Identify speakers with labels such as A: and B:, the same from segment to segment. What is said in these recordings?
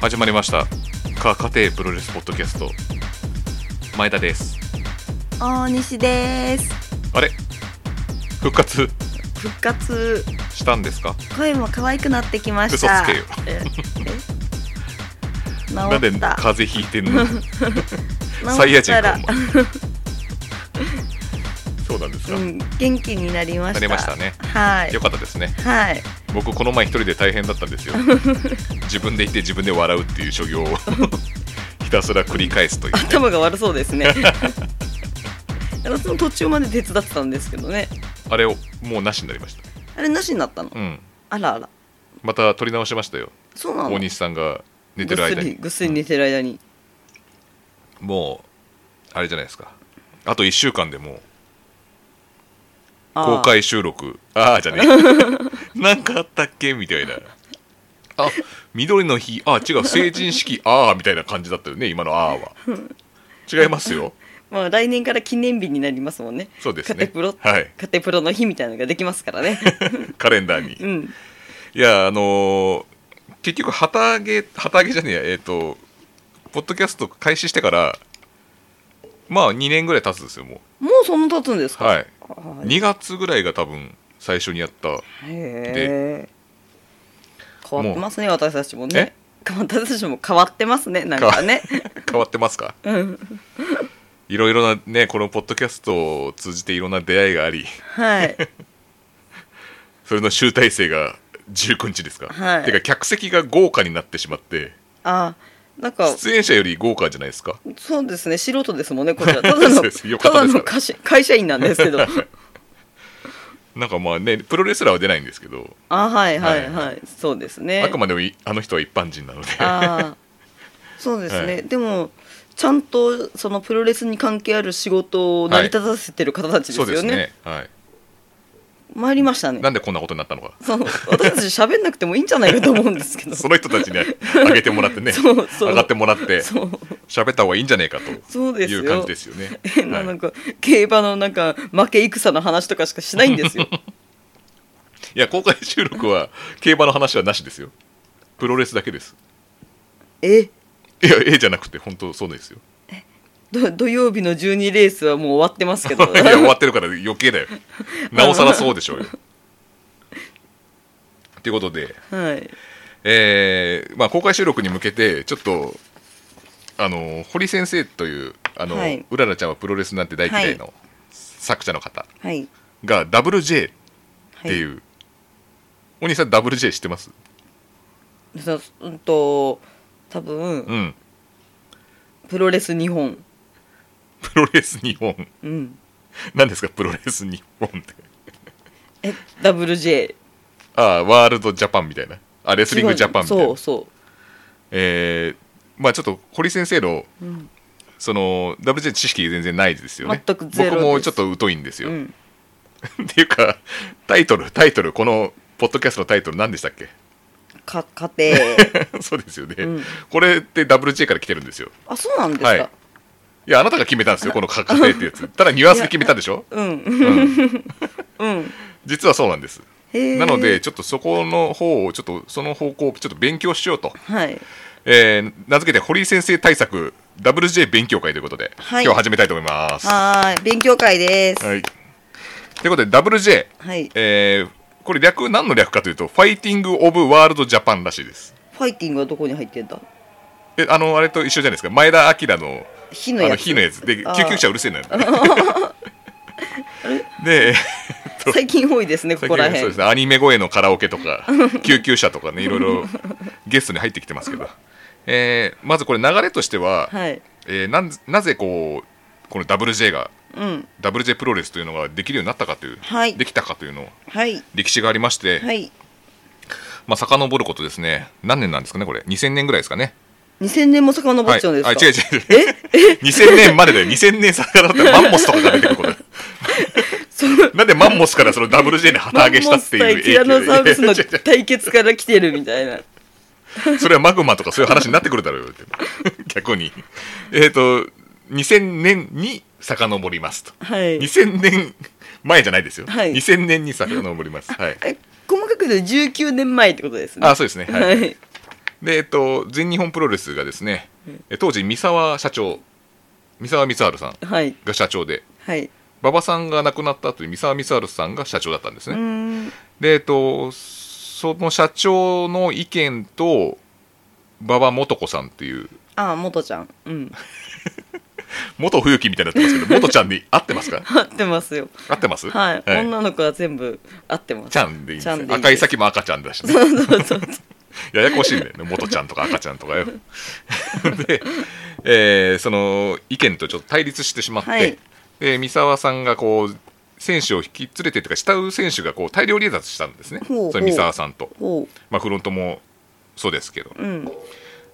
A: 始まりましたか家庭プロレスポッドキャスト前田です
B: 大西です
A: あれ復活
B: 復活
A: したんですか
B: 声も可愛くなってきまし
A: 嘘
B: た
A: つけよ
B: え
A: な
B: え
A: んで
B: 治っ
A: 風
B: た
A: 邪ひいてん のサイ
B: 治
A: ヤ
B: った
A: 人
B: ら
A: かお前そうなんですか、
B: うん元気になりました
A: なりましたね
B: はい
A: よかったですね
B: はい
A: 僕この前一人で大変だった んですよ自分で言って自分で笑うっていう所業をひたすら繰り返すというね、
B: 頭が悪そうです ね私も途中まで手伝ってたんですけどね
A: あれをもうなしになりまし
B: あれなしになったの
A: たうん
B: あらあら
A: また撮り直しましたよ
B: そうなの
A: 大西さんが寝てる間に
B: ぐっすりぐっすり寝てる間に、
A: もうあれじゃないですかあと1週間でもう
B: あー
A: 公開収録ああーじゃね えなんかあったっけみたいなあ緑の日あ違う成人式ああみたいな感じだったよね今のああは違いますよ
B: まあ来年から記念日になりますもんね
A: そうですね
B: カテプロ、
A: はい
B: カテプロの日みたいなのができますから ね
A: カレンダーに
B: うん
A: いやあのー結局旗揚げ旗揚げじゃねえやえっ、とポッドキャスト開始してからまあ2年ぐらい経つんですよも
B: もうそんな経つんです
A: う
B: か
A: はい
B: あー
A: 2月ぐらいが多分最初にやった
B: へえ変わってますね私たちも
A: え
B: ね変わ私たちも変わってますねなんかね
A: 変わってますかいろいろなねこのポッドキャストを通じていろんな出会いがあり
B: はい
A: それの集大成が19日ですか、
B: はい
A: てか客席が豪華になってしまって
B: あなんか
A: 出演者より豪華じゃないですか
B: そうですね素人ですもんねこちらただ
A: そう
B: の
A: ですよ
B: た
A: かった
B: だ
A: です
B: の会社会社員なんです けど
A: なんかまあねプロレスラーは出ないんですけど、
B: あはいはいはい、
A: はい
B: そうですね
A: あくまでもいあの人は一般人なので
B: あーそうですね、
A: はい
B: でもちゃんとそのプロレスに関係ある仕事を成り立たせてる方た ちです
A: そ
B: よね,、
A: うですね、はい、
B: 参りましたね
A: なんでこんなことになったのか
B: そう私たち喋んなくてもいいんじゃないかと思うんですけど
A: その人たちに上げてもらってね
B: そうそう
A: 上がってもらって
B: そう
A: 喋った方がいいんじゃねえかと
B: そうです
A: い
B: よ
A: う感じですよ ね
B: 変な
A: はい
B: なんか、競馬のなんか負け戦の話とかしかしないん ですよ
A: いや公開収録は競馬の話はなしですよプロレスだけです
B: え
A: いやええじゃなくて本当そうですよ
B: ど土曜日の12レースはもう終わってますけど
A: いや終わってるから余計だよなおさらそうでしょうよということで、
B: はい
A: えーまあ、公開収録に向けてちょっとあの堀先生というあの、
B: はいう
A: ららちゃんはプロレスなんて大嫌いの作者の方
B: はいっ
A: が WJ っていうう、お兄さん WJ 知ってます
B: うんと多分、
A: うん
B: プロレス日本
A: プロレス日本
B: うん
A: 何ですかプロレス日本って
B: え WJ
A: ああワールドジャパンみたいなあレスリングジャパンみたいな
B: そうそ
A: えーまあちょっと堀先生の
B: う、うん
A: その WJ 知識全然ないですよね
B: 全くゼロです
A: 僕もちょっと疎いんですよ、
B: う
A: っ
B: ん、
A: ていうかタイトルタイトルこのポッドキャストのタイトル何でしたっけ
B: か家庭
A: そうですよね、
B: うん
A: これって WJ から来てるんですよ
B: あそうなんですか、
A: はいいやあなたが決めた んですよこの「家庭」ってやつただニュアンスで決めたでしょ、
B: うん
A: うん、
B: うん
A: 実はそうなんです
B: へー
A: なのでちょっとそこの方をちょっとその方向をちょっと勉強しようと、
B: はい
A: えー名付けて堀井先生対策 WJ 勉強会ということで、
B: はい
A: 今日始めたいと思います
B: はーい勉強会です
A: はい。ということで、WJ、
B: はい、
A: えーこれ略、何の略かというと、ファイティング・オブ・ワールド・ジャパンらしいです。
B: ファイティングはどこに入ってんだ
A: えあの、あれと一緒じゃないですか、前田明の
B: 火
A: あ
B: のや
A: の
B: つ
A: 火のやつで、救
B: あー
A: 急車うるせえなよで、
B: 最近多い ですねこ
A: 最
B: こら
A: 近そ
B: 辺
A: うですね、アニメ声のカラオケ とか、救急車とかね、いろいろゲストに入ってきてますけど、えーまずこれ、流れとしては、
B: はい
A: えーなんなぜこう、この WJ が、
B: うん、
A: WJ プロレスというのができるようになったかという、
B: はい
A: できたかというのを
B: はい、
A: 歴史がありまして、
B: はい、
A: まあ、遡ることですね、何年なんですかね、これ、2000年ぐらいですかね。
B: 2000年も遡っちゃうんですか、
A: はい、あ違う違う違う。2000年 までだよ、2000年さかだったらマンモスとかが出てくる ことなんでマンモスからその WJ に旗揚げしたっていう
B: マンモス対ティラノサウルスの
A: いや違う違う
B: 対決から来てるみたい な
A: それはマグマとかそういう話になってくるだろうよって、逆に。えっ、と、2000年に遡りますと。
B: はい
A: 2000年前じゃないですよ。
B: はい
A: 2000年に遡ります。はい。
B: え細かく言うと19年前ってことですね
A: あ、そうですね。はい。
B: はい
A: で、えっと、全日本プロレスがですね、え当時三沢社長三沢光晴さん
B: はい
A: が社長で
B: はい
A: 馬場さんが亡くなった後に三沢光晴さんが社長だったんです
B: う
A: ね、
B: ーん
A: で、えっと、その社長の意見と馬場素子さんっていう
B: ああ元ちゃん うん
A: 元冬木みたいになってますけど元ちゃんで合ってますか
B: 合ってますよ
A: 合ってます
B: はい、女の子は全部合ってます
A: ちゃんでいいんですよ
B: ちゃんでいいです
A: 赤い先も赤ちゃんだしね ややこしいんだよね元ちゃんとか赤ちゃんとかよ で、えーその意見とちょっと対立してしまって、
B: はい
A: で三沢さんがこう選手を引き連れてというか慕う選手がこう大量離脱したんですね
B: ほうほう
A: それ三沢さんと、
B: ほ
A: まあ、フロントもそうですけど
B: ううん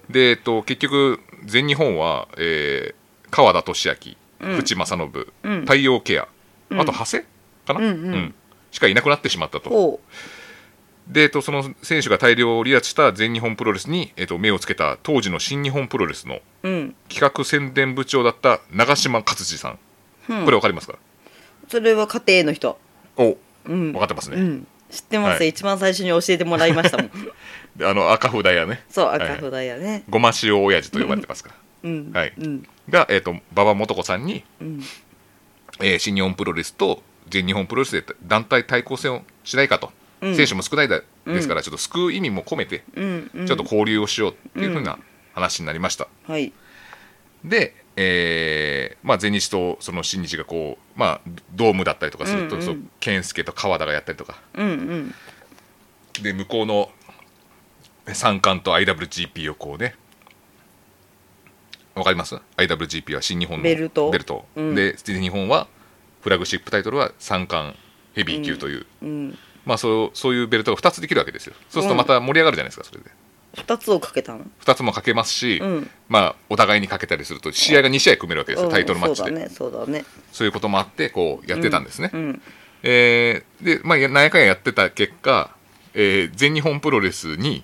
A: で、えっと、結局全日本は、えー川田俊明、
B: うん
A: 淵正信、
B: うん
A: 太陽ケア、
B: うん
A: あと長谷かな、
B: うんうん
A: しかいなくなってしまったと。
B: ほ
A: で、えっと、その選手が大量離脱した全日本プロレスに、えっと、目をつけた当時の新日本プロレスの
B: ううん
A: 企画宣伝部長だった長嶋勝治さん、
B: うん
A: これわかりますか
B: それは家庭の人
A: お
B: うん
A: 分かってますね、
B: うん知ってます、
A: はい
B: 一番最初に教えてもらいましたも ん
A: であの赤札やね
B: そう
A: はい
B: 赤札やね、
A: ごま塩親父と呼ばれてますから
B: うん
A: はい
B: うん
A: が、えっと、馬場素子さんに、
B: うん
A: えー新日本プロレスと全日本プロレスで団体対抗戦をしないかと、
B: うん
A: 選手も少ないだですから、ちょっと救う意味も込めて、
B: うんうん
A: ちょっと交流をしようっていうふうな話になりました。
B: はい
A: で、えーまあ、前日とその新日がこう、まあ、ドームだったりとかすると、
B: うんうん
A: そう健介と川田がやったりとか
B: うんうん
A: で向こうの三冠と IWGP をこうねわかります ?IWGP は新日本の
B: ベルト
A: ベルト、
B: うん
A: で日本はフラグシップタイトルは三冠ヘビー級という、
B: うん
A: まあ、そうそういうベルトが2つできるわけですよそうするとまた盛り上がるじゃないですかそれで
B: 二つをかけたの
A: 2つもかけますし、
B: うん
A: まあ、お互いにかけたりすると試合が2試合組めるわけですよタイトルマッチで、
B: うんそうだねそうだね
A: そういうこともあってこうやってたんですね、
B: うん
A: えーで、まあ、何やかんややってた結果、えー全日本プロレスに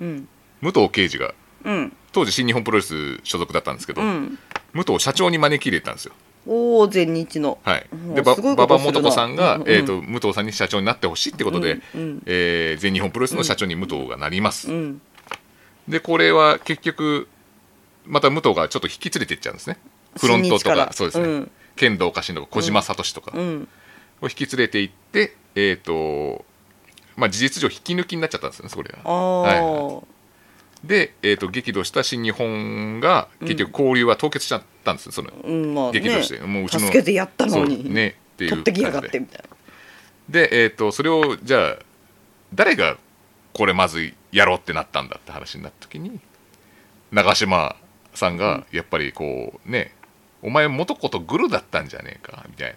B: うん
A: 武藤敬司が
B: うん
A: 当時新日本プロレス所属だったんですけど、
B: うん
A: 武藤社長に招き入れたんですよ。
B: おお全日の
A: はい、
B: うん
A: でば
B: すごい
A: 馬
B: こと
A: 場
B: するな
A: 元子さんが、
B: うんうん
A: えー、と武藤さんに社長になってほしいってことで、
B: うんうん
A: えー全日本プロレスの社長に武藤がなります。
B: うん
A: でこれは結局また武藤がちょっと引き連れていっちゃうんですね。フロント
B: 新
A: と
B: 日か
A: からそうですね、
B: うん
A: 剣道家臣とか小島聡とか、
B: うん
A: を引き連れて行って、えっ、と、まあ、事実上引き抜きになっちゃったんですね、それ
B: あ
A: は。
B: あ、
A: はいはで、えっ、と、激怒した新日本が、結局交流は凍結しちゃったんですよ、その。
B: うんまあね
A: 激怒してもううちの
B: 助けてやったの
A: そう
B: に、
A: ね、っていう
B: 取ってきや
A: 感じで。
B: がってみたい
A: で、えっ、と、それを、じゃあ、誰が、これまずやろうってなったんだって話になった時に、長嶋さんが、やっぱりこう、ね、お前元子とグルだったんじゃねえか、みたいな。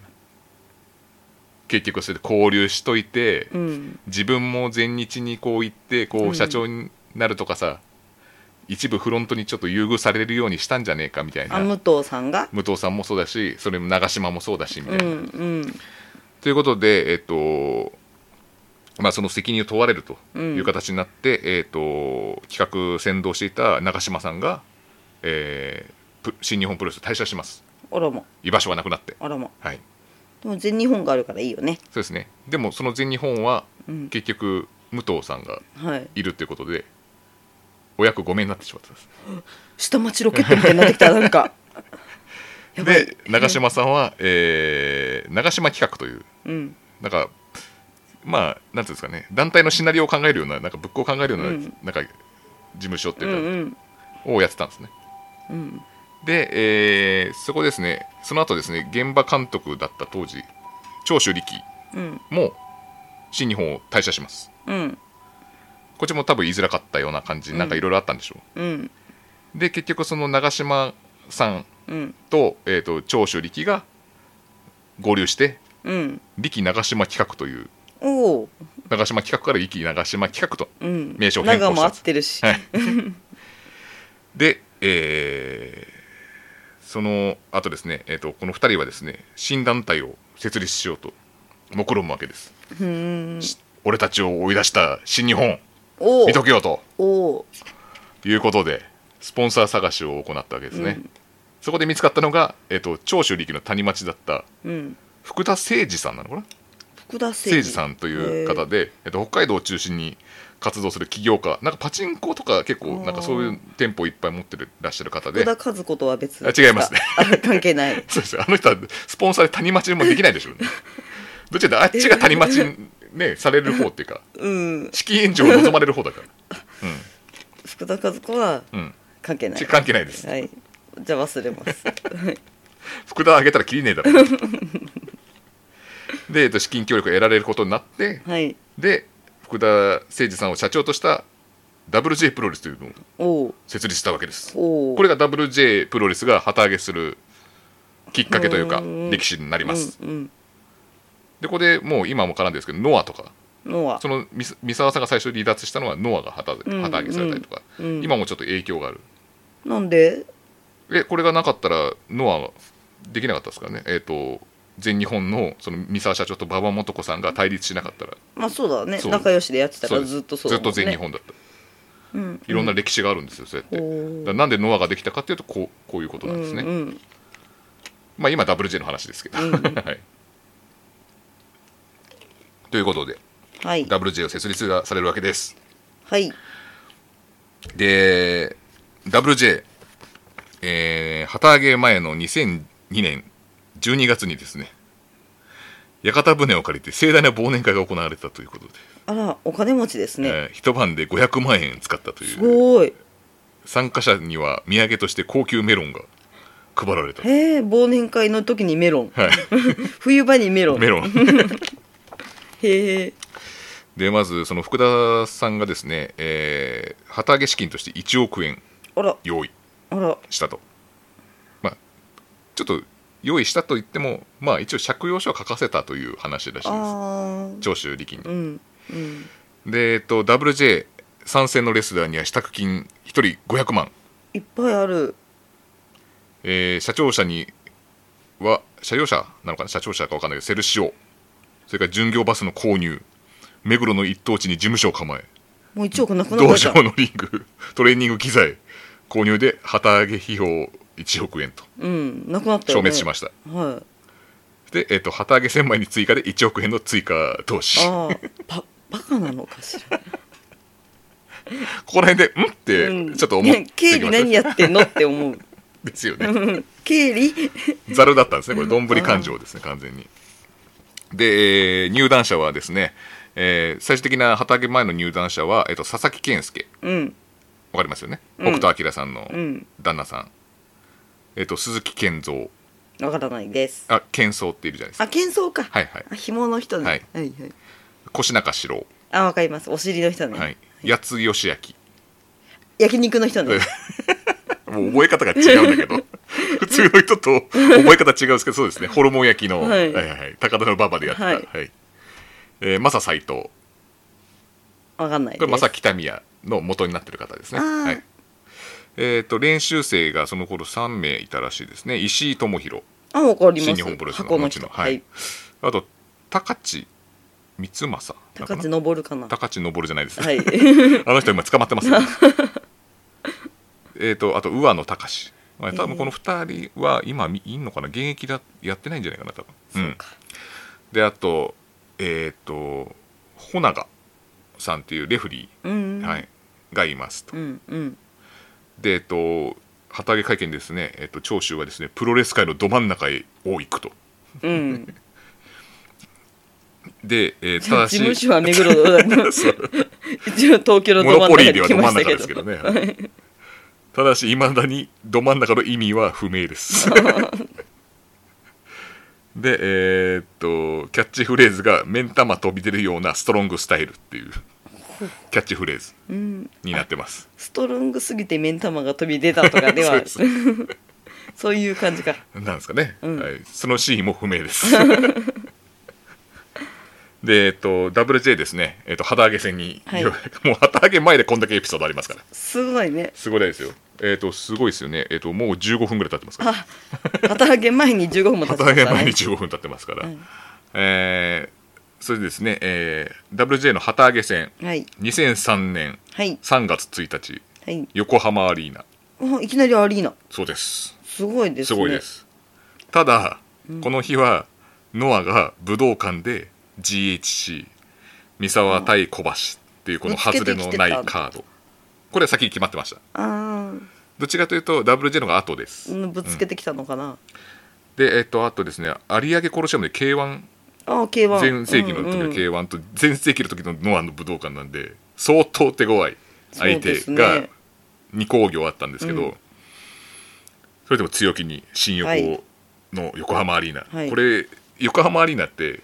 A: 結局それで交流しといて、
B: なうん
A: 自分も前日にこう行ってこ
B: うん
A: う社長になるとかさ、一部フロントにちょっと優遇されるようにしたんじゃねえかみたい
B: あ
A: な
B: 武藤さんが
A: 武藤さんもそうだしそれも長嶋もそうだしみ
B: う
A: たい
B: ん
A: な。
B: うん
A: ということで、えっとまあ、その責任を問われるという形になって、えっと企画先導していた長嶋さんが、えープ新日本プロレスを退社します
B: あらま
A: 居場所がなくなって。
B: あらま
A: はい
B: でも全日本があるからいいよね
A: そうですね、でもその全日本は
B: うん
A: 結局武藤さんが
B: はい
A: いるということでお役ごめんになってしまったんです
B: 下町ロケットみたいになってきたなん かやばい
A: で長嶋さんは、えー長嶋企画という
B: うん
A: なんかまあなんていうんですかね団体のシナリオを考えるようななんかブックを考えるような,、
B: うん
A: なんか事務所って
B: う
A: い
B: ん
A: うか、
B: うん
A: をやってたんですね
B: うん
A: で、えーそこですねその後ですね現場監督だった当時長州力
B: うん
A: も新日本を退社します
B: うん
A: こっちも多分言いづらかったような感じ、なんかいろいろあったんでしょ
B: うん
A: うで結局その長嶋さん
B: うん
A: と,、えー、と長州力が合流して
B: うん
A: 力長島企画という
B: おお
A: 長島企画から力長島企画と、
B: うん
A: 名称変更した
B: 長も合ってるし、
A: はい、で、えーその後ですね、えー、とこの2人はですね新団体を設立しようと目論むわけです
B: うーん
A: 俺たちを追い出した新日本
B: おお
A: 見とけよと
B: おお
A: いうことでスポンサー探しを行ったわけですね、
B: うん
A: そこで見つかったのが、えー、と長州力の谷町だった
B: うん
A: 福田誠二さんなのかな
B: 福田誠
A: 誠司さんという方
B: で
A: で、えっと、北海道を中心に活動する起業家なんかパチンコとか結構なんかそういう店舗いっぱい持ってるらっしゃる方で
B: 福田和子とは別
A: あ違いますね
B: ああ関係ない
A: そうですよあの人はスポンサーで谷町もできないでしょうねどっちかっていうとあっちが谷町ねされる方っていうか
B: うん
A: 資金援助を望まれる方だから
B: 福田和子は
A: うんうん
B: 関係ない
A: ち関係ないです
B: はいじゃあ忘れます はい
A: 福田あげたらきりねえだろで、えっと、資金協力を得られることになって
B: はい
A: で福田誠二さんを社長とした WJ プロレスというのを
B: おう
A: 設立したわけです
B: おう
A: これが WJ プロレスが旗揚げするきっかけというか
B: うん
A: 歴史になります、
B: うん
A: でここでもう今も絡んでるんですけどノアとか
B: うんのは
A: そのみ三沢さんが最初離脱したのはノアが旗揚
B: う
A: げ
B: ん
A: 旗揚げされたりとか、
B: うん
A: 今もちょっと影響がある
B: なんで
A: えこれがなかったらノアできなかったですからねえっ、と全日本のその三沢社長と馬場元子さんが対立しなかったら
B: まあそうだね
A: そう
B: 仲良しでやってたから
A: です
B: ずっとそう
A: ず
B: だ
A: っ
B: も
A: と
B: んね
A: 全日本だった
B: うん
A: いろんな歴史があるんですよそうやって、
B: うん
A: だからなんでノアができたかっていうとこうこういうことなんですね、
B: うんうん
A: まあ今 WJ の話ですけど、
B: うん
A: はいということで
B: はい
A: WJ を設立がされるわけです
B: はい
A: で WJ、えー旗揚げ前の2002年12月にですね屋形船を借りて盛大な忘年会が行われたということで、
B: あらお金持ちですね
A: えー一晩で500万円使ったとい
B: す
A: う
B: ごい
A: 参加者には土産として高級メロンが配られた、
B: へえ忘年会の時にメロン
A: はい、
B: 冬場にメロン
A: メロン
B: へえ
A: でまずその福田さんがですね、えー旗揚げ資金として1億円
B: あら
A: 用意
B: あら
A: したと、まあ、ちょっと用意したと言っても、まあ、一応借用書は書かせたという話らしいです
B: あー
A: 長州力
B: う
A: に。
B: んうん
A: で、えっと、WJ 参戦のレスラーには支度金1人500万、
B: いっぱいある
A: えー社長者には社用車なのかな社長者か分かんないけどセルシオそれから巡業バスの購入目黒の一等地に事務所を構え
B: もう1億なくなっ
A: 道
B: たじゃ
A: 場
B: ん
A: のリングトレーニング機材購入で旗揚げ費用1億円と
B: うんなくなった
A: 消
B: よね
A: 滅しました、
B: はい
A: で、えっと旗揚げ1000枚に追加で1億円の追加投資こ
B: ああばバカなのかしら
A: こら辺でんって
B: うん
A: ちょっと思って
B: ね経理何やってんのって思う
A: ですよ
B: う
A: ね
B: ん経理
A: ざるだったんですねこれどんぶり勘定ですね完全にで、えー入団者はですね、えー最終的な旗揚げ前の入団者は、えっと佐々木健介
B: うん
A: わかりますよね
B: うん
A: 北斗晶さんの
B: うん
A: 旦那さん、えっと鈴木健三
B: わからないです
A: あ健三っているじゃないですか
B: あ喧騒か
A: はいはい
B: あ紐の人ね
A: はい
B: はいはい
A: 越中四郎
B: あわかりますお尻の人ね
A: はい、八津義明
B: 焼肉の人ね
A: もう覚え方が違うんだけど 普通の人と覚え方違うんですけどそうですねホルモン焼きの、
B: はい
A: はいはいはい高田の馬場でやってた、は
B: はいい
A: えーマサ斎藤こ
B: わかんない
A: れマサ
B: き
A: 北宮の元になってる方ですね
B: あー
A: はいえー、と練習生がその頃3名いたらしいですね石井智弘
B: あわかります
A: 新日本プロレスの
B: 箱の
A: 後
B: 人
A: のはい、あと高地光政だ
B: 高
A: か
B: 知
A: な
B: 登るかな
A: 高地昇じゃないですね、
B: はい
A: あの人今捕まってますよ、ね。 えっとあと上野隆、まあ、多分この2人は今みいんのかな現役だやってないんじゃないかな多分
B: そうか
A: うん、であとえっ、と穂永さんっていうレフリ
B: うん
A: ー、はい、がいますと
B: うんうん
A: でえっ、と旗揚げ会見ですね、えっと長州はですねプロレス界のど真ん中へを行くと
B: うん で
A: で、えーただ
B: 事
A: し
B: 務所は目黒だ 一応東京の
A: モ
B: ど
A: ノ
B: 真ん
A: ポリ
B: 中に
A: ーでは
B: 来
A: ど
B: ま
A: 真
B: し
A: ん
B: たけ
A: 中で
B: ど
A: すけ どね。ただし、いまだにど真ん中の意味は不明 です。で、えーっと、キャッチフレーズが、目ん玉飛び出るようなストロングスタイルっていうキャッチフレーズ
B: うん
A: になってます。
B: ストロングすぎて目ん玉が飛び出たとかで
A: そう
B: は
A: です
B: そういう感じか
A: なんですかね、
B: うん
A: はい、そのシーンも不明です でえっと WJ ですね、えっと、旗揚げ戦に、
B: はい
A: もう旗揚げ前でこんだけエピソードありますから
B: すごいね
A: すごいですよえっとすごいですよねえっともう15分ぐらい経ってますから
B: あ旗揚げ前に15分も経ちま
A: 旗揚
B: し
A: げ
B: た
A: 前
B: ね
A: に15分経ってますから、
B: うん
A: えーそれでですね、えー WJ の旗揚げ戦
B: はい
A: 2003年
B: はい
A: 3月1日
B: はい
A: 横浜アリーナ
B: あいきなりアリーナ
A: そうです
B: すごいですね
A: すごいですただ、この日はノアが武道館で GHC 三沢対小橋っていうこの外れのないカードこれは先に決まってました
B: あ
A: どちらかというと WJ の方が後です、
B: あぶつけてきたのかな、
A: でえっとあとですね有明コロシアムで K1
B: ああ K1
A: 全盛期の時の K1 と全盛期の時のノアの武道館なんで相当手強い相手
B: そうです
A: が
B: ね
A: 2工業あったんですけどそ
B: うん
A: れでも強気に新横
B: はい
A: の横浜アリーナ、
B: はい
A: これ横浜アリーナって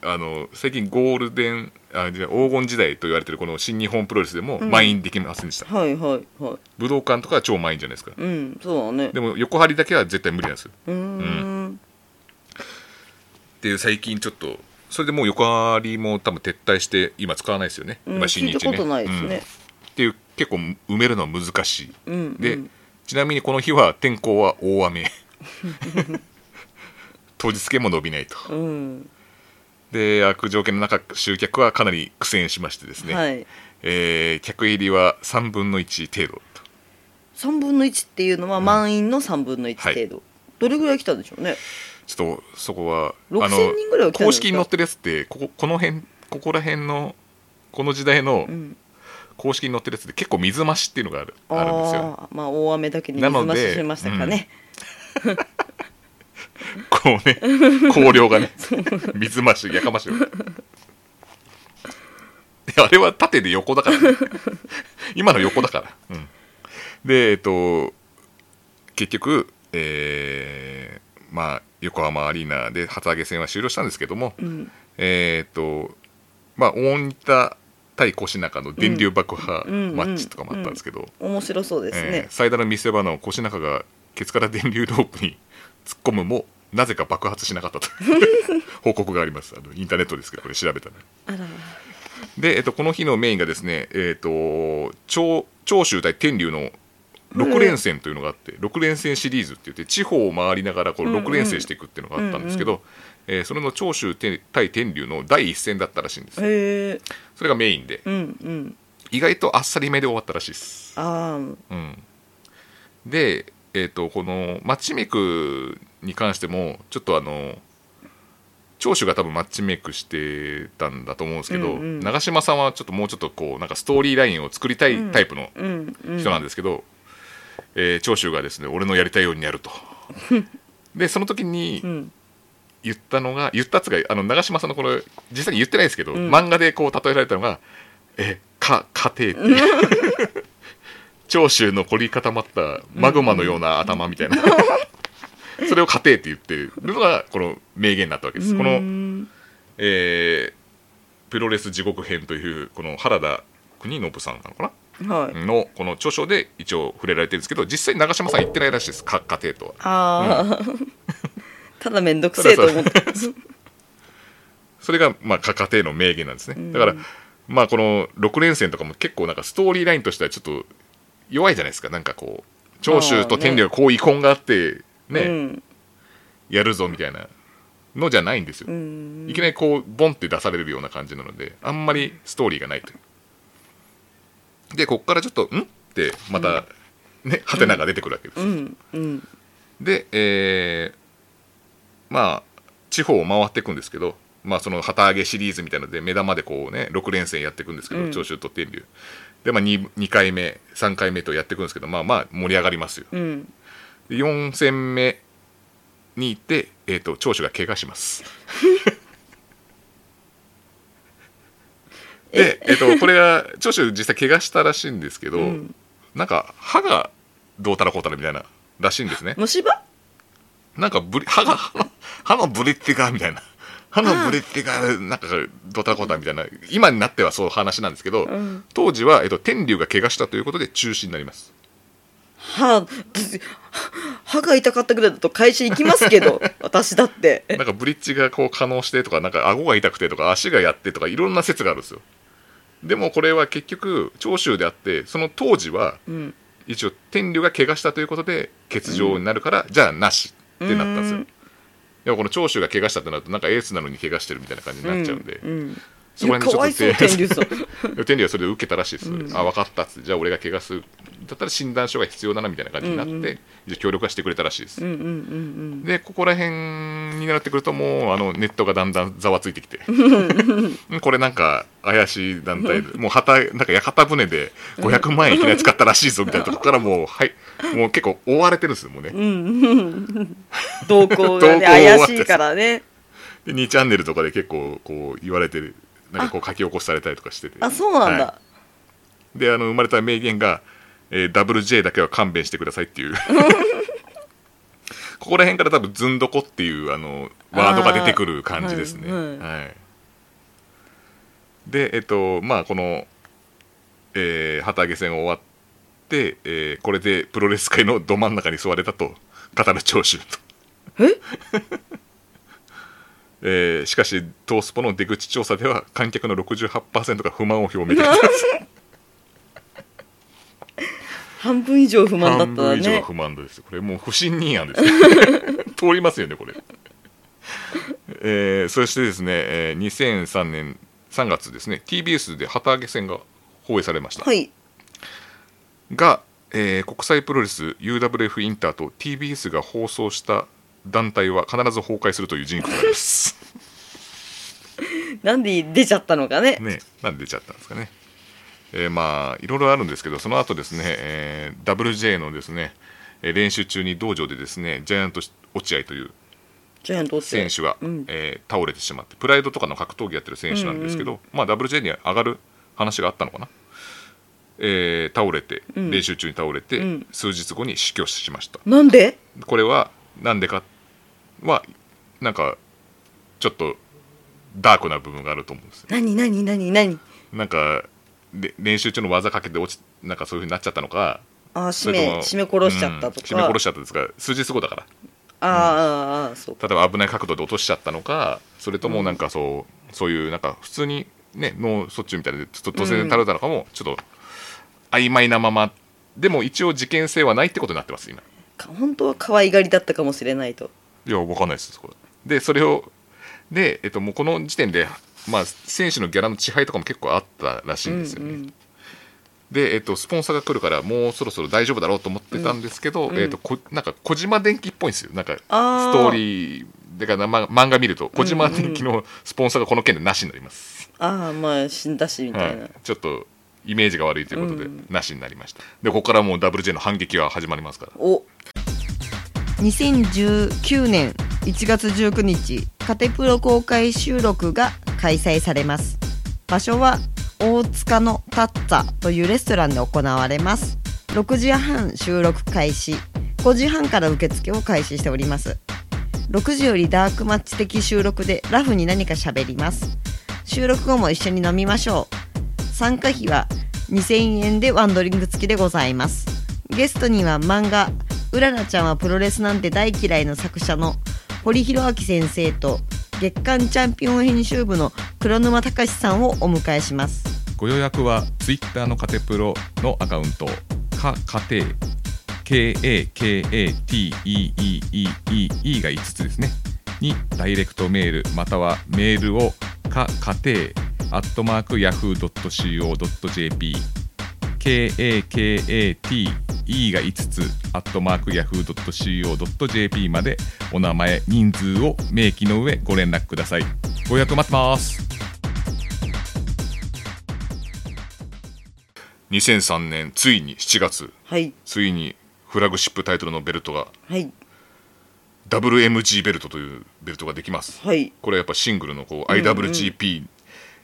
A: あの最近ゴールデンあじゃあ黄金時代と言われてるこの新日本プロレスでも
B: うん
A: 満員できませんでした、
B: はいはいはい
A: 武道館とかは超満員じゃないですか
B: うんそうだね
A: でも横張りだけは絶対無理なんですよ
B: うーん
A: っていう最近ちょっとそれでもう横張りも多分撤退して今使わないですよね、
B: うん
A: 今
B: 聞いたことないです
A: うん
B: ね
A: っていう結構埋めるのは難しい、
B: うんうん
A: で、ちなみにこの日は天候は大雨 当日券も伸びないと
B: うん
A: で悪条件の中集客はかなり苦戦しましてですね、
B: はい
A: えー客入りは3分の1程度と
B: 3分の1っていうのは満員の3分の1
A: はい
B: 程度、どれぐらい来たんでしょうね
A: ちょっとそこは
B: 6000人ぐらいは来たんじゃないですか
A: 公式に載ってるやつってこここの辺ここら辺のこの時代の
B: うん
A: 公式に載ってるやつで結構水増しっていうのがあるあるんですよ
B: ああまあ大雨だけに
A: な
B: 水増
A: ので
B: ししましたかね、
A: こうね 香料がね水増しやかましいわであれは縦で横だから、 ね、今の横だから、うん、でえっと結局えーまあ横浜アリーナで初上げ戦は終了したんですけども、
B: うん
A: えっとまあ大仁田対越中の電流爆破マッチとかもあったんですけど、
B: 面白そうです
A: え
B: ね
A: ー、最大の見せ場の腰中がケツから電流ロープに突っ込むもなぜか爆発しなかったという報告がありますあのインターネットですけどこれ調べたら
B: あら
A: で、えっと、この日のメインがですね、えっと長長州対天竜の6連戦というのがあって、6連戦シリーズって言って地方を回りながらこう
B: うんうん
A: 6連戦していくっていうのがあったんですけど、えーそれの長州天対天竜の第一戦だったらしいんですよ
B: へえ
A: それがメインで
B: うんうん
A: 意外とあっさりめで終わったらしいです
B: ああ
A: うん、で、えー、とこのマッチメイクに関してもちょっとあの長州が多分マッチメイクしてたんだと思うんですけど、
B: うんうん
A: 長嶋さんはちょっともうちょっとこうなんかストーリーラインを作りたいタイプの
B: うんうん
A: 人なんですけど、えー長州がですね俺のやりたいようにや ると。でその時に
B: うん
A: 言ったのが言ったっつうかあの長嶋さんのこの実際に言ってないですけど、
B: うん
A: 漫画でこう例えられたのが「えか家庭」っていう長州の凝り固まったマグマのような頭みたいな、それを家庭って言ってるのがこの名言になったわけです。こ
B: う
A: の、
B: ん
A: えープロレス地獄編というこの原田国信さんなのか
B: はい、
A: なのこの著書で一応触れられてるんですけど実際に長嶋さん言ってないらしいですか家庭とは。
B: ああ、ただめんどくせえと思って
A: それが、まあ、か家庭の名言なんです
B: うん
A: ね。だから、まあ、この6連戦とかも結構なんかストーリーラインとしてはちょっと弱いじゃないですか。なんかこう、長州と天領がこう遺恨があって、ね、
B: うん
A: やるぞみたいなのじゃないんですよ。
B: うん
A: いきなりこう、ボンって出されるような感じなので、あんまりストーリーがないという。で、こっからちょっと、んって、また、ね、ハテナが出てくるわけです。
B: うんうん
A: で、えーまあ地方を回っていくんですけど、まあ、その旗揚げシリーズみたいなので目玉でこうね6連戦やっていくんですけど、
B: うん
A: 長州と天竜で、まあ、2, 2回目3回目とやっていくんですけどまあまあ盛り上がりますよ
B: うん
A: で4戦目に行って、えー、と長州が怪我します で、えー、とこれが長州実際怪我したらしいんですけど、
B: うん
A: なんか歯がどうたらこうたらみたいならしいんですね
B: 虫歯
A: なんかブリ歯が 歯の歯のブレッテがみたいな歯のブレッテがなんかどうたらこうたらみたいな今になってはそう話なんですけど、
B: ん
A: 当時は、えっと、天竜が怪我したということで中止になります
B: 歯私歯が痛かったぐらいだと会社行きますけど私だって
A: なんかブリッジがこう可能してとかなんか顎が痛くてとか足がやってとかいろんな説があるんですよでもこれは結局長州であってその当時は
B: うん
A: 一応天竜が怪我したということで欠場になるから、じゃあなしってなったんですよ
B: うん
A: でもこの長州が怪我したってなるとなんかエースなのに怪我してるみたいな感じになっちゃうんで、
B: うん
A: そこら
B: いやかわ
A: 辺
B: い
A: でち
B: そ
A: ょ
B: う
A: っと手
B: 天竜さん
A: 天理はそれで受けたらしいです、
B: うん
A: あ分かったっつってじゃあ俺が怪我するだったら診断書が必要だなみたいな感じになって、
B: うんうん
A: じゃあ協力はしてくれたらしいです、
B: うんうんうん
A: でここら辺になってくるともうあのネットがだんだんざわついてきて これなんか怪しい団体でもう旗なんか屋形船で500万円いきなり使ったらしいぞみたいなとこからもう,、 はい、もう結構追われてるんですよもうね
B: うんうんうん動向が
A: 動向
B: ね
A: が終わ
B: 怪
A: っ
B: していからね
A: で2チャンネルとかで結構こう言われてるなんかこう書き起こされたりとかしてて
B: あそうなんだ、
A: はであの生まれた名言が、えー、WJ だけは勘弁してくださいっていう ここら辺から多分ずんどこっていうあのワードが出てくる感じですね
B: あ
A: は
B: ー
A: い、
B: は
A: でえっとまあこの、えー旗揚げ戦終わって、えーこれでプロレス界のど真ん中に座れたと語る長州と
B: え
A: えーしかしトースポの出口調査では観客の68%が不満を表明でき た
B: 半分以上不満だっ
A: 半
B: たら
A: 分以上が
B: ね
A: 不満ですこれもう不信任案です 通りますよねこれ、えーそしてですね、えー2003年3月ですね TBS で旗揚げ戦が放映されました、
B: はい
A: が、えー国際プロレス UWF インターと TBS が放送した団体は必ず崩壊するというジンクスがあります
B: なんで出ちゃったのか ね
A: ねなんで出ちゃったんですかねえーまあいろいろあるんですけどその後ですね、えー WJ のですねえー練習中に道場でですねジャイアント落合という
B: ジャイアント落ち
A: 選手は、
B: うん
A: えー倒れてしまってプライドとかの格闘技やってる選手なんですけど、まあ、WJ に上がる話があったのかな、えー倒れて、
B: うん
A: 練習中に倒れて、
B: うん
A: 数日後に死去しました
B: なんで
A: これはなんでかはなんかちょっとダークな部分があると思うんですよ
B: 何何何何
A: なんかで練習中の技かけて落ちなんかそういうふうになっちゃったのか
B: ああ
A: そ
B: 締
A: れと
B: め
A: も
B: 締め殺しちゃったとか、
A: うん締め殺しちゃったんですが数日後だから
B: ああああああそう
A: 例えば危ない角度で落としちゃったのかそれともなんかそう、そういうなんか普通にね脳卒中みたいなのでちょっと突然垂れたのかも、ちょっと曖昧なままでも一応事件性はないってことになってます今
B: か本当は可愛がりだったかもしれないと
A: いや分かんないですそこでそれをで、えっと、もうこの時点で、まあ、選手のギャラの支配とかも結構あったらしいんですよね、
B: うんうん
A: で、えっと、スポンサーが来るからもうそろそろ大丈夫だろうと思ってたんですけど、
B: うん
A: えっと、こなんか小島電機っぽいんですよなんかスト
B: あー
A: ーリーだから、ま、漫画見ると小島電機のスポンサーがこの件でなしになります、
B: ああまあ死んだしみたいな、
A: はい、ちょっとイメージが悪いということで、
B: うん
A: なしになりましたでここからもう WJ の反撃は始まりますから
B: お
C: 2019年1月19日カテプロ公開収録が開催されます場所は大塚のタッツァというレストランで行われます6時半収録開始5時半から受付を開始しております6時よりダークマッチ的収録でラフに何か喋ります収録後も一緒に飲みましょう参加費は2000円でワンドリング付きでございますゲストには漫画「うららちゃんはプロレスなんて大嫌い」の作者の堀弘明先生と月刊チャンピオン編集部の黒沼隆さんをお迎えします
D: ご予約は Twitter のカテプロのアカウントかかて KAKATEEEE が5つですねにダイレクトメールまたはメールをかかてアットマーク Yahoo.co.jp KAKATE が5つアットマーク Yahoo.co.jp までお名前人数を明記の上ご連絡くださいご予約待ってます
A: 2003年ついに7月
B: はい
A: ついにフラグシップタイトルのベルトが
B: はい
A: WMG ベルトというベルトができます
B: はい
A: これはやっぱシングルのこう IWGP、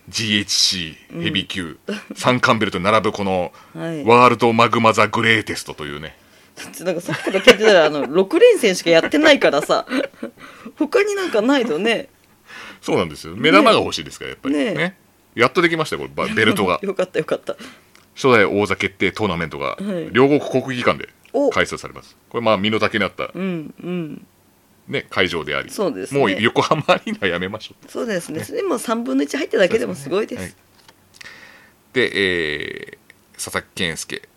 A: GHC ヘビー級、三冠ベルトに並ぶこの、
B: はい
A: ワールドマグマザグレーテストというね
B: だってなんかさっきから聞いてたらあの6連戦しかやってないからさ 他になんかないとね
A: そうなんですよ目玉が欲しいですからやっぱり
B: ね
A: ね
B: え
A: やっとできましたよこればベルトが
B: よかったよかった
A: 初代王座決定トーナメントが
B: はい
A: 両国国技館で
B: お
A: 開催されますこれまあ身の丈になった、
B: うんうん
A: ね、会場であり
B: そうですね
A: もう横浜アリーナやめましょう
B: そうですねそれでも3分の1入っただけでもすごいです
A: はいで、えー佐々木健介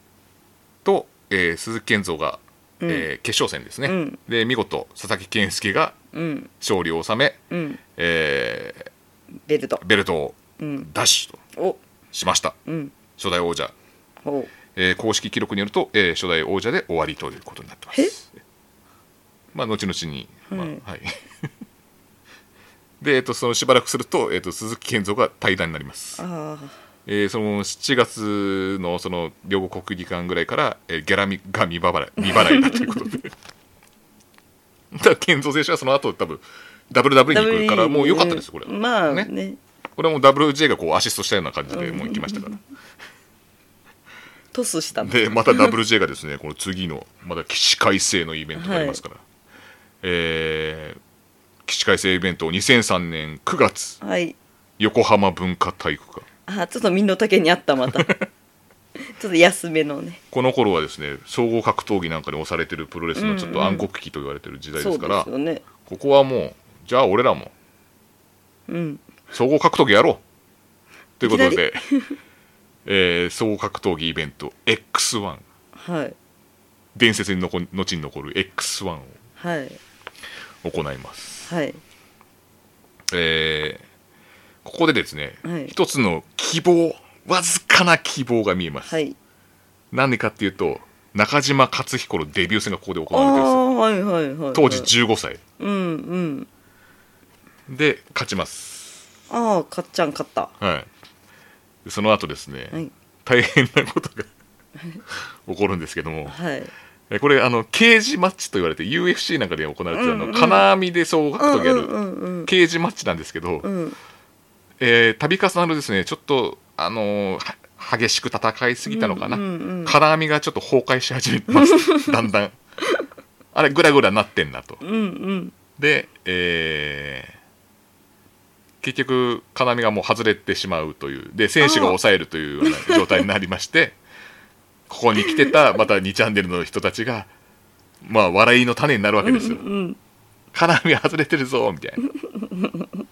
A: と、えー鈴木健三が、
B: うん
A: えー決勝戦ですね、
B: うん
A: で見事佐々木健介が
B: うん
A: 勝利を収め、
B: うん
A: え
B: ベルト
A: ーベルトを
B: うん
A: ダッシュと
B: お
A: しました
B: うん
A: 初代王者、
B: おう
A: えー公式記録によると、えー初代王者で終わりということになってますまあ後々に、ま
B: は
A: あ
B: い
A: はい で、えっと、そのしばらくすると,、えっと鈴木健三が対談になります
B: あ
A: えーその7月のその両国国技館ぐらいから、えーギャラミが 未払い未払いだということで だから健三選手はその後多分 WW
B: あ
A: に来るからもう良かったですこれは、
B: まあね
A: ねこれはもう WJ がこうアシストしたような感じで
B: うん
A: もう行きましたから、
B: トスしたんだ
A: でまた WJ がですねこの次のまだ起死回生のイベントがありますから、えー起死回生イベントを2003年9月
B: はい
A: 横浜文化体育館
B: あちょっと身の丈にあったま たちょっと安めのね
A: この頃はですね総合格闘技なんかに押されてるプロレスのちょっと暗黒期と言われてる時代で
B: そ
A: す
B: うで
A: から、
B: すよね
A: ここはもうじゃあ俺らも
B: うん
A: 総合格闘技やろうということ
B: いきな
A: で、 えー総合格闘技イベント X1
B: はい
A: 伝説に残後に残る X1
B: はい
A: を行います、
B: はい
A: えーここでですね、
B: はい
A: 一つの希望わずかな希望が見えます、
B: はい
A: 何でかっていうと中島勝彦のデビュー戦がここで行
B: あ
A: われてるん
B: あ
A: ですよ
B: はいはいはいはい
A: 当時15歳
B: うんうん
A: で勝ちます
B: ああかっちゃん勝った
A: はい、その後ですね、
B: はい
A: 大変なことが起こるんですけども、
B: はい
A: えこれあの刑事マッチと言われて UFC なんかで行われてる、あの金網で総合格闘技や
B: う
A: る、
B: んうんうん
A: 刑事マッチなんですけど、
B: うんうん
A: えー度重なるですねちょっとあのーは激しく戦いすぎたのかな、
B: うんうんうん
A: 金網がちょっと崩壊し始めますだんだんあれグラグラなってんなと
B: うんうん
A: で、えー結局要がもう外れてしまうというで選手が抑えるというような状態になりましてここに来て たまた2チャンネルの人たちがまあ笑いの種になるわけですよ。
B: うん
A: 金網外れてるぞみたいな。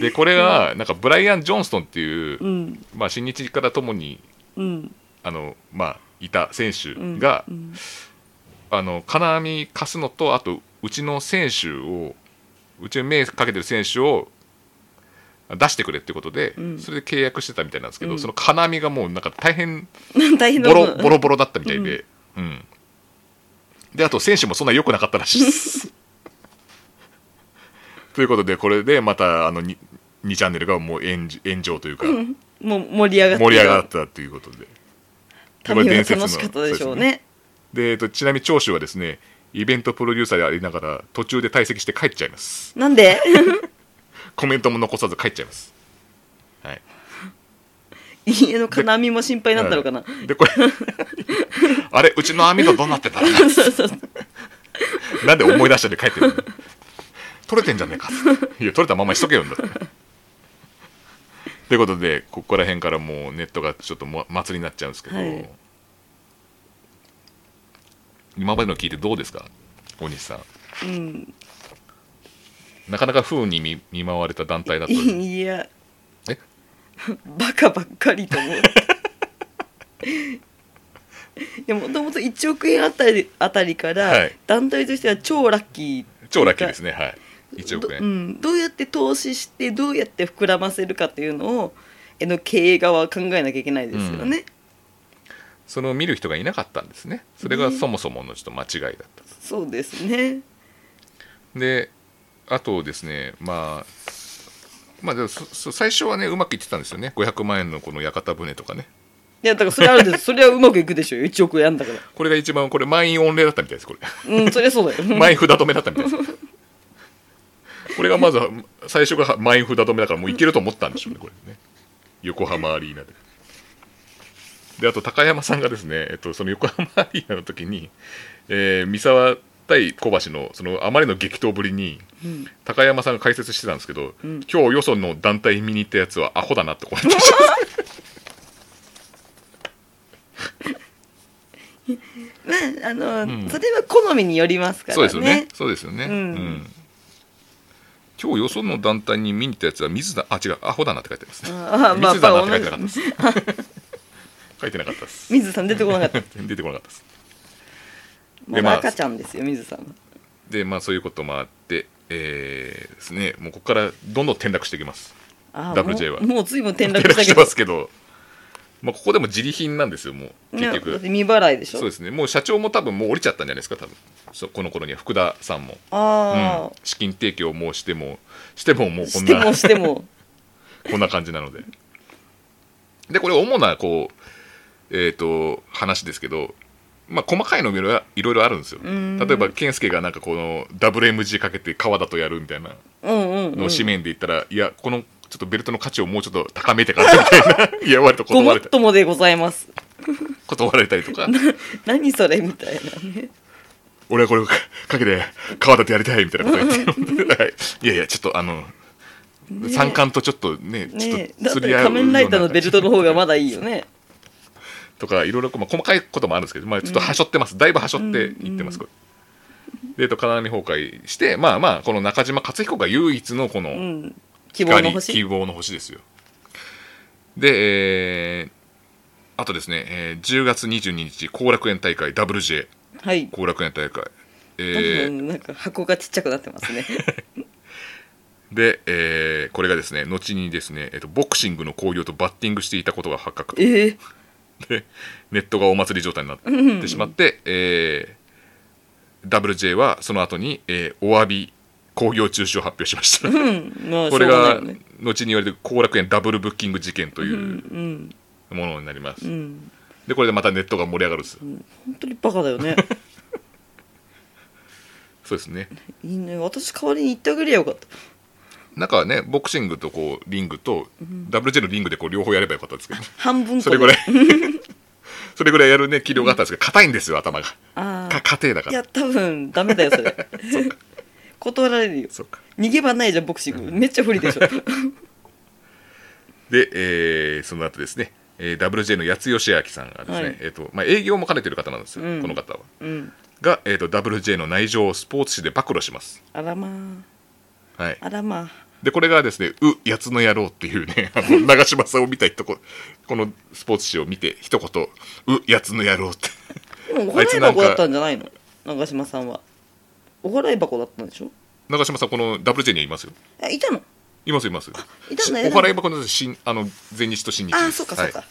A: でこれはなんかブライアン・ジョンストンっていう、
B: うん
A: まあ、新日からともに
B: うん
A: あの、まあ、いた選手が、あの金網貸すのとあとうちの選手をうちの目かけてる選手を出してくれってことで、
B: ん
A: それで契約してたみたいなんですけど、その金網がもうなんか大変
B: 大変だ
A: ボロボ
B: ロ
A: ロボロだったみたいで、うんであと選手もそんな良くなかったらしいです ということでこれでまたあの 2, 2チャンネルがもう炎上炎上というか、
B: もう盛り上がって
A: 盛り上がったということ で。
B: た旅は楽しかったでしょうね
A: で、えっと、ちなみに長州はですねイベントプロデューサーでありながら途中で退席して帰っちゃいます
B: なんで
A: コメントも残さず帰っちゃいますはい
B: 家の金網も心配になったのかな
A: でこれ あれうちの網戸どうなってたの
B: そうそうそう
A: なんで思い出したで帰ってるの取れてんじゃねえかいや取れたままにしとけよんだってということでここら辺からもうネットがちょっとも祭りになっちゃうんですけど、
B: はい
A: 今までの聞いてどうですか大西さ
B: う
A: ん
B: ん
A: なかなか不運に見見舞われた団体だ ったり
B: いや
A: え
B: バカばっかりと思う いやもともと1億円あたりあたりから、
A: はい
B: 団体としては超ラッキー
A: 超ラッキーですねはい1億
B: ど,、う
A: 円
B: ん、どうやって投資してどうやって膨らませるかというのをえの経営側は考えなきゃいけないですよね、
A: その見る人がいなかったんですねそれがそもそものちょっと間違いだった
B: そうですね
A: とであとですねまあまあでもそそ最初はねうまくいってたんですよね500万円のこの屋形船とかね
B: いやだからそれある ですそれはうまくいくでしょ1億円あんだから
A: これが一番これ満員御礼だったみたいですこれ
B: うんそりゃそうだ よ
A: 満員札止めだったみたいですこれがまず最初が満員札止めだからもういけると思ったんでしょうねこれね横浜アリーナでであと高山さんがですね、えっと、その横浜アリーナの時に、えー三沢対小橋のそのあまりの激闘ぶりに、高山さんが解説してたんですけど、今日よその団体見に行ったやつはアホだなってこうやって
B: まああの、それは好みによりますからね
A: そうですよねそうですよね、
B: うん
A: 今日よその団体に見に行ったやつは水だあ違うアホだなって書いてますね
B: ああまあ
A: 水だなって書いてなかっ
B: ま
A: たで
B: あ
A: す書いてなかったです
B: 水さん出てこなか った
A: 出てこなかったです
B: ま
A: まあ
B: だ赤ちゃんですよ水さんは
A: でまあそういうこともあってえーですねもうここからどんどん転落していきます
B: あー
A: WJ は
B: もうもう随分転落
A: 連
B: し
A: 絡
B: た
A: して
B: け
A: ま
B: ど
A: すけど、まあ、ここでも自利品なんですよもう
B: ね
A: 結局、
B: だって未払いでしょ
A: そうですねもう社長も多分もう降りちゃったんじゃないですか多分そうこの頃には福田さんも、
B: ああ、
A: うん資金提供をもうしてもしてももうこん
B: して
A: な
B: もしても
A: こんな感じなので。で、これ、主な、こう、えっ、と、話ですけど、まあ、細かいのもいろいろいろいろあるんですよ。
B: ん
A: 例えば、健介がなんかこの WMG かけて川田とやるみたいな
B: うんうん、う
A: の
B: ん
A: を、紙面で言ったら、いや、このちょっとベルトの価値をもうちょっと高めてから みたいな、いや、割と
B: ごも
A: 断
B: っ
A: れた
B: ともでございます
A: 断られたりとか、
B: 何それみたいなね
A: 俺はこれをかかけて川田とやりたいみたいなこと言って、はいいやいや、ちょっとあの、三冠とちょっとね、ちょっ
B: ねえ
A: と
B: だって
A: 釣り合う
B: 仮面ライダーのベルトの方がまだいいよね
A: とかいろいろこうまあ細かいこともあるんですけど、まあ、ちょっとはしょってます、だいぶはしょっていってます、これでえっと金波崩壊してまあまあこの中島勝彦が唯一のこの
B: うん
A: 光、
B: 希望の
A: 希
B: 星
A: 望の星ですよで、えーあとですね、えー10月22日後楽園大会 WJ
B: はい
A: 後楽園大会、え
B: どん
A: ー
B: どんなんか箱がちっちゃくなってますね
A: で、えーこれがですね後にですね、えっとボクシングの興行とバッティングしていたことが発覚と
B: ええ
A: でネットがお祭り状態になってしまって、えー WJ はその後に、えーお詫び興行中止を発表しました、
B: うんまあ
A: これ
B: しょうがない
A: が
B: よね
A: 後に言われて後楽園ダブルブッキング事件と
B: うん
A: いう
B: うん
A: ものになります、
B: うん
A: でこれでまたネットが盛り上がるんですよ、
B: 本当にバカだよね
A: そうですね
B: いいね私代わりに言ってあげりゃよかった
A: なんかねボクシングとこうリングと、WJ のリングでこう両方やればよかったんですけど
B: 半分こ
A: それぐらい それぐらいやるね器量があったんですけど硬いんですよ頭が
B: あ
A: か
B: あ
A: 家庭だか
B: い
A: ら
B: や多分ダメだよそ れ断られるよ
A: そうか
B: 逃げ場ないじゃんボクシングめっちゃ不利で しょ
A: で、えーその後ですね、えー WJ の八代義明さんがですね、
B: はい
A: えーとまあ、営業も兼ねてる方なんですよ、
B: うん
A: この方は。
B: うん
A: が、えー、と WJ の内情をスポーツ紙で暴露します。
B: あらま
A: はい
B: あ、あらま
A: でこれがですね「うやつの野郎」っていうね あの長嶋さんを見た人ここのスポーツ紙を見て一言「うやつの野郎」って
B: あでもお
A: あいつ
B: 払い
A: なんか
B: 箱だったんじゃないの長嶋さんはお払い箱だったんでしょ
A: 長嶋さんこの WJ にはいますよ
B: あいたの
A: いますいます
B: いた
A: し
B: ん
A: お
B: だいたんだ
A: 払い箱の新あの前日と新日です
B: ああそうかそうか、
A: は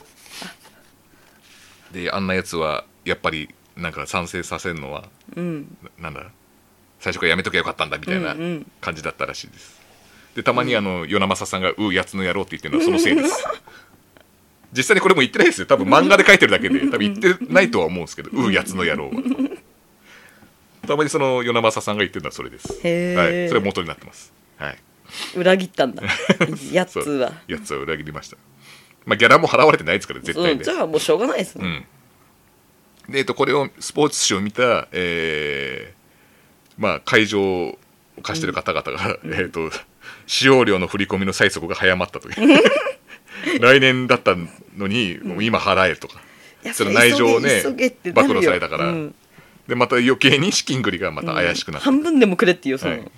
A: いであんなやつはやっぱりなんか賛成させるのは
B: うん
A: ななんだ最初からやめときゃよかったんだみたいな
B: うんうん
A: 感じだったらしいです、でたまにあの与那正さんが「うやつの野郎」って言ってるのはそのせいです 実際にこれも言ってないですよ多分漫画で書いてるだけで多分言ってないとは思うんですけど「うやつの野郎は」たまにその与那正さんが言ってるのはそれです
B: へー
A: はい、それは元になってますはい
B: 裏切ったんだやつ
A: そう
B: は
A: やつは裏切りましたまあギャラも払われてないですから絶
B: う
A: 対
B: ん
A: ね
B: じゃあもうしょうがないですね、
A: うん、で、えっと、これをスポーツ紙を見た、えーまあ、会場を貸してる方々が、えっと使用料の振り込みの催促が早まったという 来年だったのに、もう今払えとか
B: いや
A: その内情をね
B: 急げ急げってなる
A: 暴
B: よ
A: 露されたから、
B: うん
A: でまた余計に資金繰りがまた怪しくなった、
B: 半分でもくれっていうその、
A: はい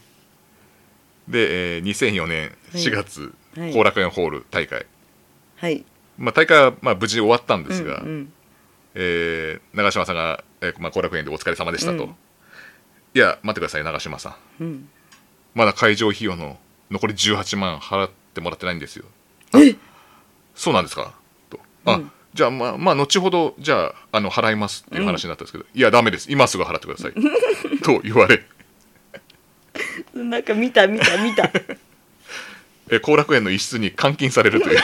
A: で、えー2004年4月後、
B: はい
A: 楽園ホール大会、
B: はい。
A: まあ、大会はまあ無事終わったんですが、
B: うんうん
A: えー長嶋さんが「えーまあ、後楽園でお疲れ様でしたと」
B: うん
A: いや待ってください長嶋さん
B: うん
A: まだ会場費用の残り18万払ってもらってないんですよ
B: え
A: そうなんですかとあ、
B: うん
A: じゃあまあまあ後ほどじゃああの払いますっていう話になったんですけど、いやダメです今すぐ払ってく ださいと言われ
B: なんか見た見た見 た
A: えー後楽園の一室に監禁されるという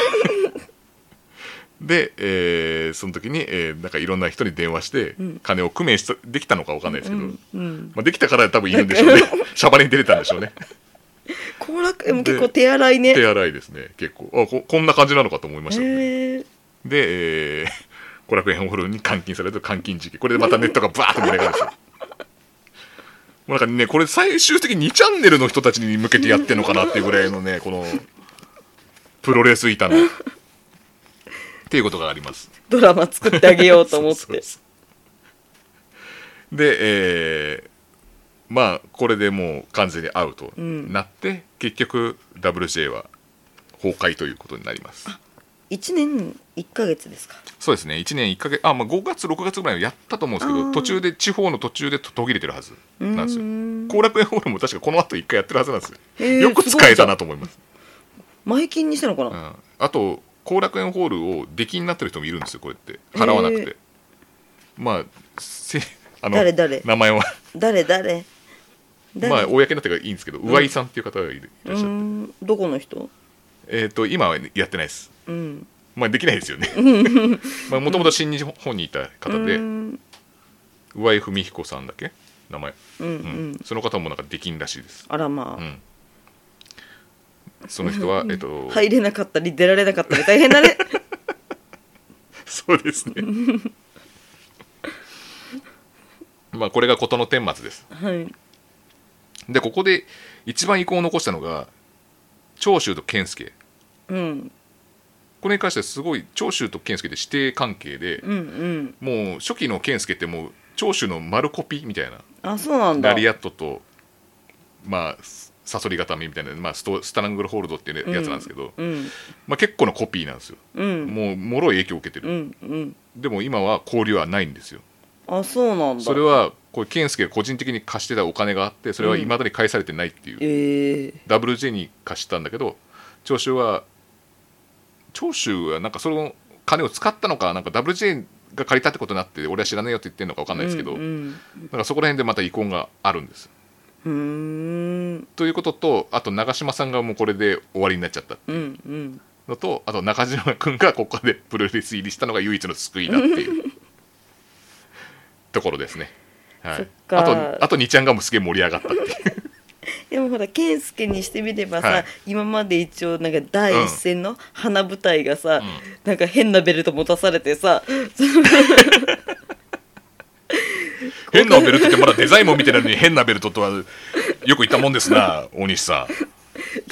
A: で、えーその時に、えーなんかいろんな人に電話して金を工面しとできたのかわかんないですけど、
B: うん
A: まあ、できたから多分いるんでしょう ねシャバに出れたんでしょうね
B: 後楽園も結構手荒いね
A: 手洗いですね結構あここんな感じなのかと思いましたよね、
B: へえ
A: で、えー、後楽園ホールに監禁されると監禁事件これでまたネットがバーッと盛り上がるんですよ もうなんかねこれ最終的に2チャンネルの人たちに向けてやってるのかなっていうぐらいのねこのプロレス板のっていうことがあります
B: ドラマ作ってあげようと思っ
A: そうそう
B: て
A: そうで、えーまあこれでもう完全にアウトになって、結局 WJ は崩壊ということになります
B: 一年一ヶ月ですか
A: そうですね1年1か月あ、まあ、5月6月ぐらいはやったと思うんですけ
B: あ
A: ど
B: ー
A: 途中で地方の途中でと途切れてるはずなんです
B: うーん
A: よ後楽園ホールも確かこの後一1回やってるはずなんですよ、
B: へー
A: よく使えたなと思います
B: 前金にしたのかな、
A: うん、あと後楽園ホールを出禁になってる人もいるんですよこれって払わなくて、まあせあの
B: 誰誰
A: 名前は
B: 誰誰誰、
A: まあ公になってからいいんですけど上井さんっていう方がいるいらっ
B: う
A: しゃって、
B: んどこの人
A: えっ、と今はやってないです
B: うん
A: まあできないで すよねまあもともと新日本にいた方で、
B: うん
A: 上井文彦さんだっけ名前、
B: うんう
A: うん
B: ん
A: その方もなんかできんらしいです、
B: あらまあ、
A: うん、その人は、えっと、
B: 入れなかったり出られなかったり大変だ ね
A: そうですねまあこれが事の顛末です
B: はい
A: でここで一番遺恨を残したのが長州と健介
B: うん
A: これに関してはすごい長州と健介で師弟関係で、
B: うんうん
A: もう初期の健介ってもう長州の丸コピみたいな
B: あそうなんだ
A: ラリアットとまあサソリ固めみたいな、まあ、ストスタラングルホールドっていうやつなんですけど、
B: うん
A: まあ、結構なコピーなんですよ
B: うん
A: もうもろい影響を受けて
B: う
A: る、
B: んうん
A: でも今は交流はないんですよ
B: あそうなんだ
A: それはこれ健介が個人的に貸してたお金があってそれはいまだに返されてないっていう、
B: ええ
A: WJ に貸したんだけど長州は長州はなんかその金を使ったのかなんか WJ が借りたってことになって俺は知らないよって言ってるのか分かんないですけど、
B: うんうん
A: なんかそこら辺でまた遺恨があるんです
B: うーん
A: ということとあと長嶋さんがもうこれで終わりになっちゃった
B: うんうん
A: のとあと中島君がここでプロレス入りしたのが唯一の救いだって いうところですね。は
B: そっ
A: い、
B: か
A: あとあと2ちゃんがもうすげえ盛り上がったっていう
B: でもほら健介にしてみればさ、
A: はい
B: 今まで一応なんか第一線の花舞台がさ、
A: ん
B: なんか変なベルト持たされてさ、
A: 変なベルトってまだデザインも見てないのに変なベルトとはよく言ったもんです な大西さ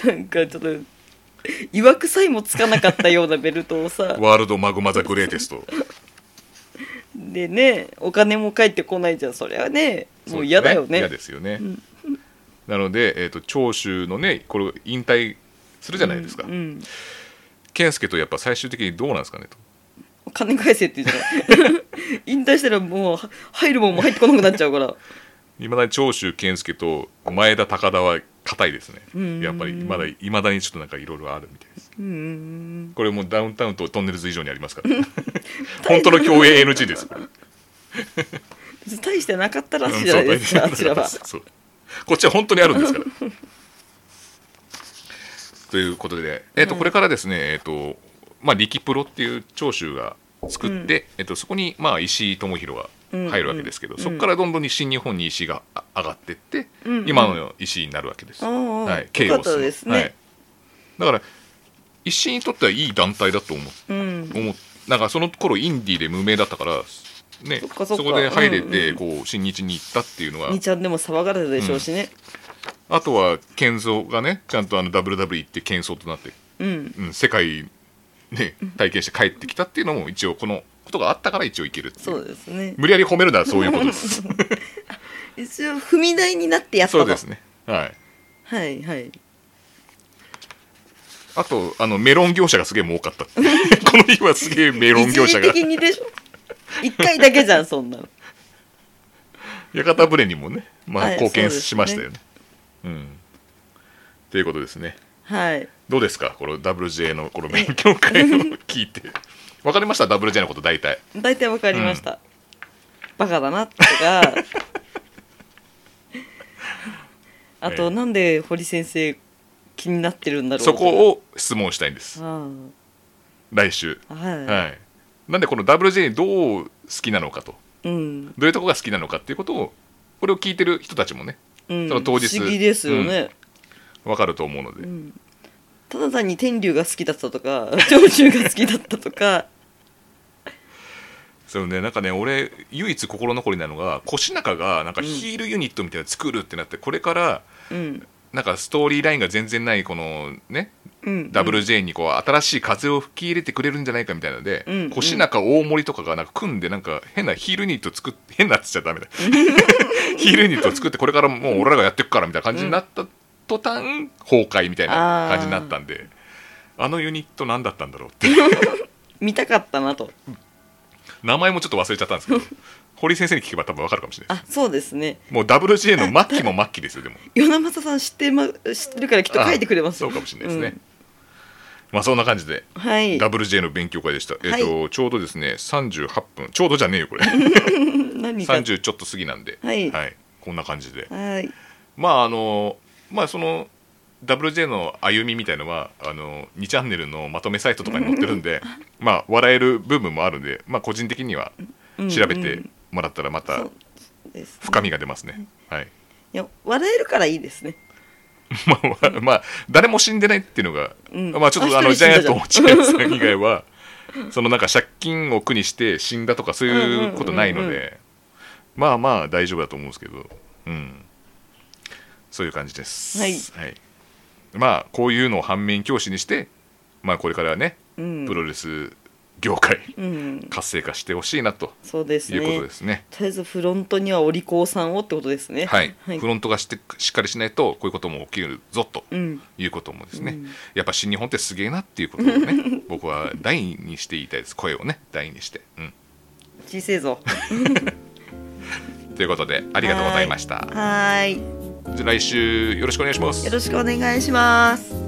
B: なんかちょっといわくさえもつかなかったようなベルトをさ
A: んワールドマグマ・ザ・グレーテスト
B: でねお金も返ってこないじゃんそれはねもう嫌だよね
A: 嫌ですよね、なので、えー、と長州のねこれ引退するじゃないですか、
B: うんうん
A: 健介とやっぱ最終的にどうなんですかねと
B: お金返せって言うじゃない 引退したらもうは入るもんも入ってこなくなっちゃうから
A: いまだに長州健介と前田高田は硬いです
B: うん
A: ねやっぱりまだいまだにちょっとなんかいろいろあるみたいです
B: うんうんうん
A: これもうダウンタウンとトンネルズ以上にありますから 本当の共演 NG ですこれ
B: 別に大してなかったらしいじゃないですかあちらは
A: そうこっちは本当にあるんですから。 ということで、えっとこれからですね、えっとまあ、力プロっていう長州が作って、えっとそこに、まあ、石井智弘が入るわけですけど、
B: うんうん
A: そこからどんどん新日本に石井があ上がってって、
B: うんうん
A: 今の石井になるわけです。
B: おうおう
A: はい、
B: よかったですね
A: はい、だから石井にとってはいい団体だと思
B: う
A: う
B: ん
A: 思っなんかその頃インディーで無名だったから、ね、
B: そっ
A: そ
B: かそっか
A: こで入れ
B: う
A: て
B: ん
A: こう、新日に行ったっていうのは
B: 2ちゃんでも騒がれたでしょうしね
A: あとは健三がねちゃんとあの WW 行って健三となって、
B: うん
A: うん、世界、ね、体験して帰ってきたっていうのも一応このことがあったから一応行けるっていう
B: そうですね
A: 無理やり褒めるならそういうことです
B: 一応踏み台になってやったと
A: そうですねはい
B: はいはい
A: あとあのメロン業者がすげえ儲かったって この日はすげえメロン業者
B: 一時
A: が
B: 的にでしょ一回だけじゃんそんなの
A: 屋形船にもね、まあ、
B: はい
A: 貢献
B: そうですね
A: しましたよねうんということですね
B: はい
A: どうですかこの WJ のこの勉強会を聞いて分かりました WJ のこと大体
B: 大体わかりました、バカだなと かあと、
A: ええ
B: なんで堀先生気になってるんだろう
A: そこを質問したいんです
B: を
A: 来週
B: あはい、
A: はい、なんでこの WJ にどう好きなのかと
B: うん、
A: どういうとこが好きなのかっていうことをこれを聞いてる人たちもね
B: うん、
A: その当日
B: 不思議ですよね、
A: 分かると思うので、
B: ただ単に天竜が好きだったとか 長州が好きだったとか
A: それねなんかね俺唯一心残りなのが腰中がなんかヒールユニットみたいなの作るってなってこれから
B: うん
A: なんかストーリーラインが全然ないこのね
B: うん
A: WJ にこう新しい風を吹き入れてくれるんじゃないかみたいなので、
B: うん
A: 腰中大森とかがなんか組んでなんか変なヒールユニット作って変なっつっちゃダメだ ヒールユニット作ってこれからもう俺らがやってくからみたいな感じになった途端崩壊みたいな感じになったんであのユニット何だったんだろうって
B: 見たかったなと
A: 名前もちょっと忘れちゃった んですけど堀先生に聞けば多分分かるかもしれないで
B: あそうですね
A: すもう WJ の末期も末期ですよでも
B: 与那正さん知って,、ま、知ってるからきっと書いてくれます
A: あそうかもしれないですね、まあそんな感じで
B: はい。
A: ダブル J の勉強会でした、えっ、と、ちょうどですね38分ちょうどじゃねえよこれ
B: 何が。
A: 30ちょっと過ぎなんで
B: はい
A: こんな感じで
B: はい。
A: まああのまあその WJ の歩みみたいのはあの2チャンネルのまとめサイトとかに載ってるんでまあ笑える部分もあるんで、まあ、個人的には
B: うん
A: 調べてもらったらま
B: そ
A: た
B: うです、ね。
A: 深みが出ますね。はい、
B: いや笑えるからいいですね。
A: まあまあ、まあ、誰も死んでないっていうのが、
B: うん
A: まあちょっと
B: あ
A: あの
B: 一
A: ジャイ
B: 人
A: ア
B: 死
A: ン
B: んだ
A: ト落合さん以外は そのなんか借金を苦にして死んだとかそういうことないの
B: うんうんうん
A: でまあまあ大丈夫だと思うんですけど、うん、そういう感じです、
B: はい
A: まあこういうのを反面教師にして、まあ、これからはね
B: うん。
A: プロレス業界
B: うん。
A: 活性化してほしいなと
B: そうです
A: い
B: ね。。
A: うことですすね。
B: とりあえずフロントにはお利口さんをってことですね。
A: はい、
B: はい
A: フ。ロントがしてしっかりしないとこういうことも起きるぞと
B: うん。
A: いうこともですね、
B: うん
A: やっぱ新日本ってすげえなっていうことを ね僕は大にして言いたいです声をね大にして、うん
B: 小せえぞ。
A: ということでありがとうございました
B: はーい。
A: じゃあ来週よろしくお願いします
B: よろしくお願いします。